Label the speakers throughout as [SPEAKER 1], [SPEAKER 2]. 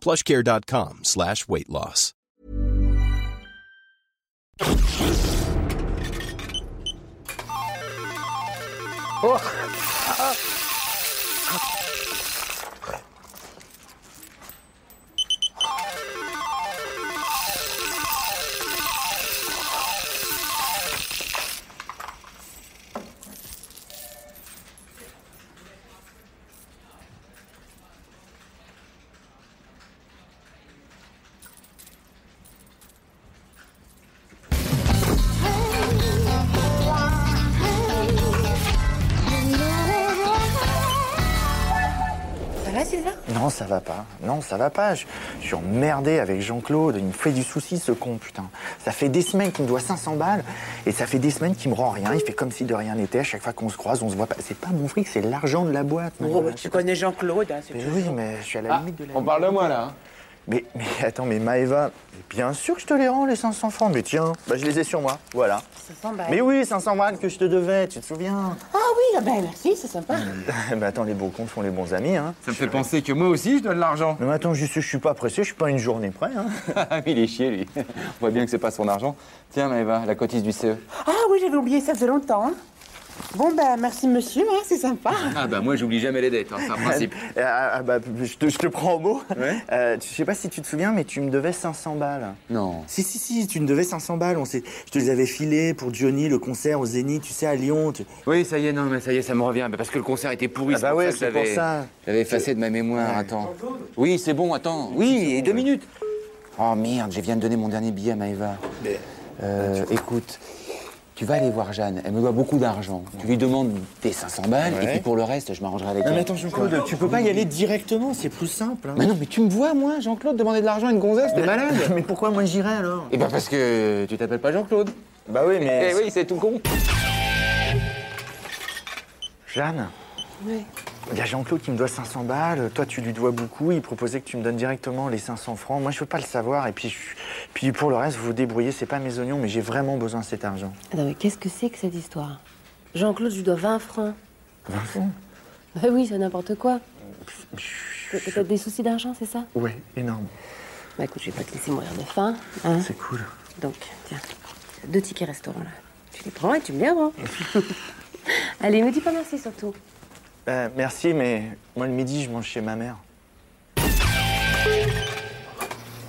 [SPEAKER 1] plushcare.com slash weight loss.
[SPEAKER 2] Ça va, Sylvain
[SPEAKER 3] Non, ça va pas. Non, ça va pas. Je, je suis emmerdé avec Jean-Claude. Il me fait du souci, ce con, putain. Ça fait des semaines qu'il me doit 500 balles et ça fait des semaines qu'il me rend rien. Il fait comme si de rien n'était. À chaque fois qu'on se croise, on se voit pas. C'est pas mon fric, c'est l'argent de la boîte.
[SPEAKER 2] Oh,
[SPEAKER 3] Manuela.
[SPEAKER 2] bah, Tu connais Jean-Claude, hein,
[SPEAKER 4] Oh,
[SPEAKER 2] c'est
[SPEAKER 3] Mais
[SPEAKER 2] tout.
[SPEAKER 3] oui, mais je suis
[SPEAKER 5] Ah,
[SPEAKER 3] à la limite de la
[SPEAKER 5] On parle de moi là. hein
[SPEAKER 3] Mais, mais attends, mais Maëva, mais bien sûr que je te les rends, les 500 francs. Mais tiens, bah, je les ai sur moi. Voilà.
[SPEAKER 2] 500 balles.
[SPEAKER 3] Mais oui, 500 balles que je te devais, tu te souviens
[SPEAKER 2] Ah oui, ah ben merci, c'est sympa.
[SPEAKER 3] Mais attends, les beaux comptes font les bons amis, hein.
[SPEAKER 5] Ça me fait penser que moi aussi je donne l'argent.
[SPEAKER 3] Mais attends, je, sais, je suis pas pressé, je suis pas une journée près, hein.
[SPEAKER 5] Ah oui, il est chier lui. On voit bien que c'est pas son argent. Tiens Maëva, la cotise du E. CE.
[SPEAKER 2] Ah oui, j'avais oublié, ça faisait longtemps. hein. Bon, ben merci, monsieur, hein, c'est sympa.
[SPEAKER 5] Ah bah moi j'oublie jamais les dettes, hein, c'est un principe.
[SPEAKER 3] Ah, ah, bah, je te, je te prends au mot.
[SPEAKER 5] Ouais.
[SPEAKER 3] Euh, je sais pas si tu te souviens, mais tu me devais 500 balles.
[SPEAKER 5] Non.
[SPEAKER 3] Si, si, si, tu me devais 500 balles. On s'est- je te les avais filées pour Johnny, le concert au Zénith, tu sais, à Lyon. tu-
[SPEAKER 5] Oui, ça y est, non, mais ça y est, ça me revient. Mais Parce que le concert était pourri.
[SPEAKER 3] Ah bah
[SPEAKER 5] pour
[SPEAKER 3] ouais,
[SPEAKER 5] ça que
[SPEAKER 3] c'est pour
[SPEAKER 5] j'avais-
[SPEAKER 3] ça.
[SPEAKER 5] J'avais effacé de ma mémoire, attends. Oui, c'est bon, attends. Oui, et deux minutes. Oh merde, je viens de donner mon dernier billet à Maëva. Euh, écoute, tu vas aller voir Jeanne, elle me doit beaucoup d'argent. Tu lui demandes tes 500 balles, et
[SPEAKER 3] Ouais.
[SPEAKER 5] puis pour le reste, je m'arrangerai avec
[SPEAKER 3] Non,
[SPEAKER 5] elle.
[SPEAKER 3] mais attends, Jean-Claude, tu peux pas y aller directement, c'est plus simple. hein.
[SPEAKER 5] Mais non, mais tu me vois, moi, Jean-Claude, demander de l'argent à une gonzesse, t'es malade
[SPEAKER 3] mais pourquoi moi j'irais alors
[SPEAKER 5] Eh ben parce que tu t'appelles pas Jean-Claude.
[SPEAKER 3] Bah oui, mais.
[SPEAKER 5] Eh oui, c'est tout con.
[SPEAKER 3] Jeanne,
[SPEAKER 2] Oui.
[SPEAKER 3] il y a Jean-Claude qui me doit 500 balles, toi tu lui dois beaucoup, il proposait que tu me donnes directement les 500 francs. Moi je veux pas le savoir, et puis, je- puis pour le reste, vous vous débrouillez, c'est pas mes oignons, mais j'ai vraiment besoin de cet argent.
[SPEAKER 6] Attends, mais qu'est-ce que c'est que cette histoire Jean-Claude, je lui dois 20 francs.
[SPEAKER 3] 20 francs
[SPEAKER 6] Bah oui, c'est n'importe quoi. T'as t'as des soucis d'argent, c'est ça
[SPEAKER 3] Ouais, énorme.
[SPEAKER 6] Bah écoute, je vais pas te laisser mourir de faim. hein.
[SPEAKER 3] C'est cool.
[SPEAKER 6] Donc, tiens, deux tickets restaurant là. Tu les prends et tu me les rends. Allez, me dis pas merci surtout.
[SPEAKER 3] Euh, merci, mais moi le midi, je mange chez ma mère.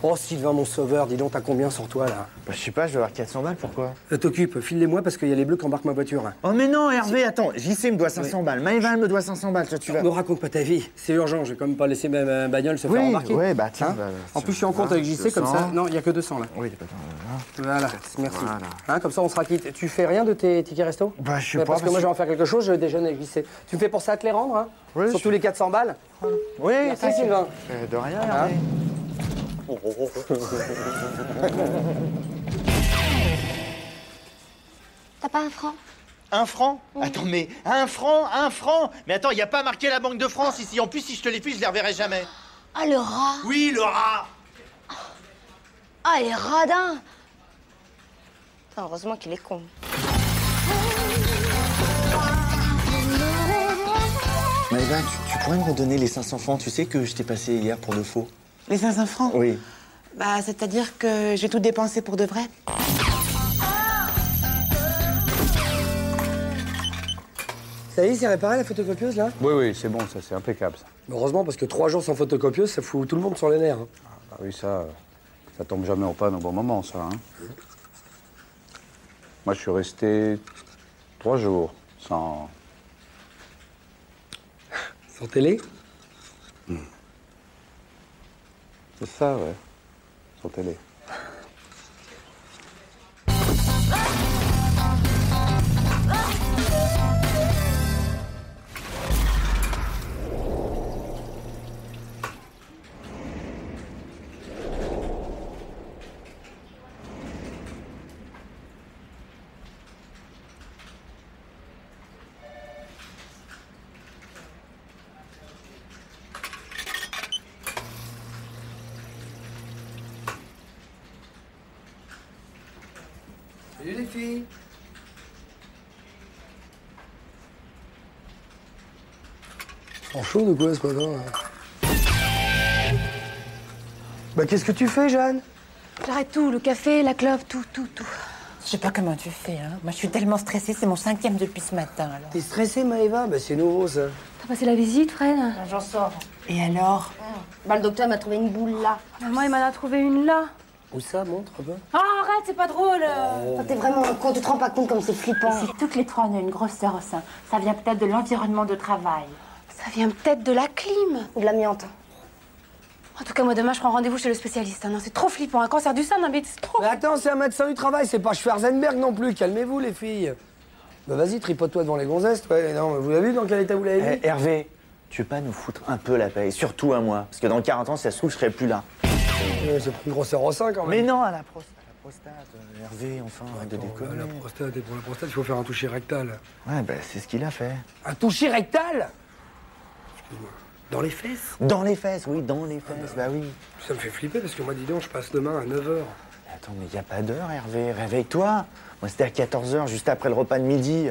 [SPEAKER 7] Oh Sylvain, mon sauveur, dis donc, t'as combien sur toi là
[SPEAKER 3] Bah, je sais pas, je dois avoir 400 balles, pourquoi
[SPEAKER 7] Euh, T'occupe, file-les-moi parce qu'il y a les bleus qui embarquent ma voiture. hein.
[SPEAKER 3] Oh mais non, Hervé, attends, JC me doit 500 balles, Maëva elle me doit 500 balles, toi tu vas...
[SPEAKER 7] Me raconte pas ta vie, c'est urgent, je vais quand même pas laisser ma, ma bagnole se faire
[SPEAKER 3] Oui,
[SPEAKER 7] embarquer. Hein
[SPEAKER 3] ouais, bah tiens, bah,
[SPEAKER 7] en plus, je suis en compte
[SPEAKER 3] voilà,
[SPEAKER 7] avec JC comme ça.
[SPEAKER 3] 200.
[SPEAKER 7] Non, il y a que 200 là.
[SPEAKER 3] Oui, bah, attends, voilà.
[SPEAKER 7] Voilà, merci.
[SPEAKER 3] Voilà.
[SPEAKER 7] Hein, comme ça, on sera quitte. Tu fais rien de tes tickets resto
[SPEAKER 3] Bah, je sais
[SPEAKER 7] Ouais,
[SPEAKER 3] pas,
[SPEAKER 7] Parce que
[SPEAKER 3] parce
[SPEAKER 7] moi, je
[SPEAKER 3] que-
[SPEAKER 7] vais en faire quelque chose, je déjeune avec JC. Tu me fais pour ça te les rendre, hein
[SPEAKER 3] Oui, je
[SPEAKER 7] Surtout
[SPEAKER 3] fais-
[SPEAKER 7] les 400 balles.
[SPEAKER 3] Oui,
[SPEAKER 7] Merci,
[SPEAKER 3] t'inquiète.
[SPEAKER 7] Sylvain.
[SPEAKER 3] Euh, de rien, Hervé.
[SPEAKER 8] T'as pas un franc
[SPEAKER 3] Un franc Attends, mais un franc, un franc Mais attends, il n'y a pas marqué la Banque de France ici. En plus, si je te les file, je les reverrai jamais.
[SPEAKER 8] Ah, le rat
[SPEAKER 3] Oui, le rat
[SPEAKER 8] Ah, il est radin Putain, Heureusement qu'il est con.
[SPEAKER 3] Maëva, tu, tu pourrais me redonner les 500 francs Tu sais que je t'ai passé hier pour de faux.
[SPEAKER 2] Les 500 francs
[SPEAKER 3] Oui.
[SPEAKER 2] Bah, c'est-à-dire que j'ai tout dépensé pour de vrai.
[SPEAKER 7] Ça y est, c'est réparé la photocopieuse là
[SPEAKER 9] Oui, oui, c'est bon, ça, c'est impeccable, ça.
[SPEAKER 7] Heureusement, parce que trois jours sans photocopieuse, ça fout tout le monde sur les nerfs. hein.
[SPEAKER 9] Ah oui, ça, euh, ça tombe jamais en panne au bon moment, ça. hein. Moi, je suis resté trois jours sans...
[SPEAKER 7] Sans télé
[SPEAKER 9] C'est ça, ouais. Sans télé.
[SPEAKER 7] Salut les filles En chaud ou quoi ce matin là Bah qu'est-ce que tu fais Jeanne
[SPEAKER 8] J'arrête tout, le café, la clope, tout, tout, tout.
[SPEAKER 10] Je sais pas comment tu fais, hein. Moi, je suis tellement stressée, c'est mon cinquième depuis ce matin, alors.
[SPEAKER 7] T'es stressée Maëva Bah c'est nouveau ça.
[SPEAKER 6] T'as passé la visite, Fred
[SPEAKER 10] J'en sors. Et alors
[SPEAKER 8] Ah, Bah, le docteur m'a trouvé une boule là.
[SPEAKER 6] Maman, Bah, il m'en a trouvé une là.
[SPEAKER 7] Où ça montre un peu
[SPEAKER 6] Ah, arrête, c'est pas drôle
[SPEAKER 8] Toi, T'es vraiment con, tu te rends pas compte comme c'est flippant.
[SPEAKER 10] Si toutes les trois, on a une grosse sœur au sein, ça vient peut-être de l'environnement de travail.
[SPEAKER 6] Ça vient peut-être de la clim.
[SPEAKER 8] Ou de l'amiante.
[SPEAKER 6] En tout cas, moi, demain, je prends rendez-vous chez le spécialiste. hein. Non, c'est trop flippant. Un cancer du sein, non, mais c'est trop...
[SPEAKER 7] Mais Bah, attends, c'est un médecin du travail, c'est pas Schwarzenberg non plus, calmez-vous les filles Bah vas-y, tripote-toi devant les gonzesses, ouais, non, mais vous l'avez vu dans quel état vous l'avez vu
[SPEAKER 3] Eh, Hervé, tu veux pas nous foutre un peu la paix, et surtout à moi, parce que dans 40 ans, si ça se trouve, je serai plus là.
[SPEAKER 7] Ouais, eh, C'est une grosse R5 quand
[SPEAKER 3] Mais
[SPEAKER 7] même
[SPEAKER 3] non, à la, pros- à la prostate, euh, Hervé, enfin, arrête de déconner.
[SPEAKER 7] la prostate, et pour la prostate, il faut faire un toucher rectal.
[SPEAKER 3] Ouais, bah, c'est ce qu'il a fait.
[SPEAKER 7] Un toucher rectal Dans les fesses
[SPEAKER 3] Dans les fesses, oui, dans les
[SPEAKER 7] Ah,
[SPEAKER 3] fesses, bah oui.
[SPEAKER 7] Ça me fait flipper parce que moi, dis donc, je passe demain à 9h.
[SPEAKER 3] Attends, mais il a pas d'heure, Hervé, réveille-toi. Moi, c'était à 14h, juste après le repas de midi,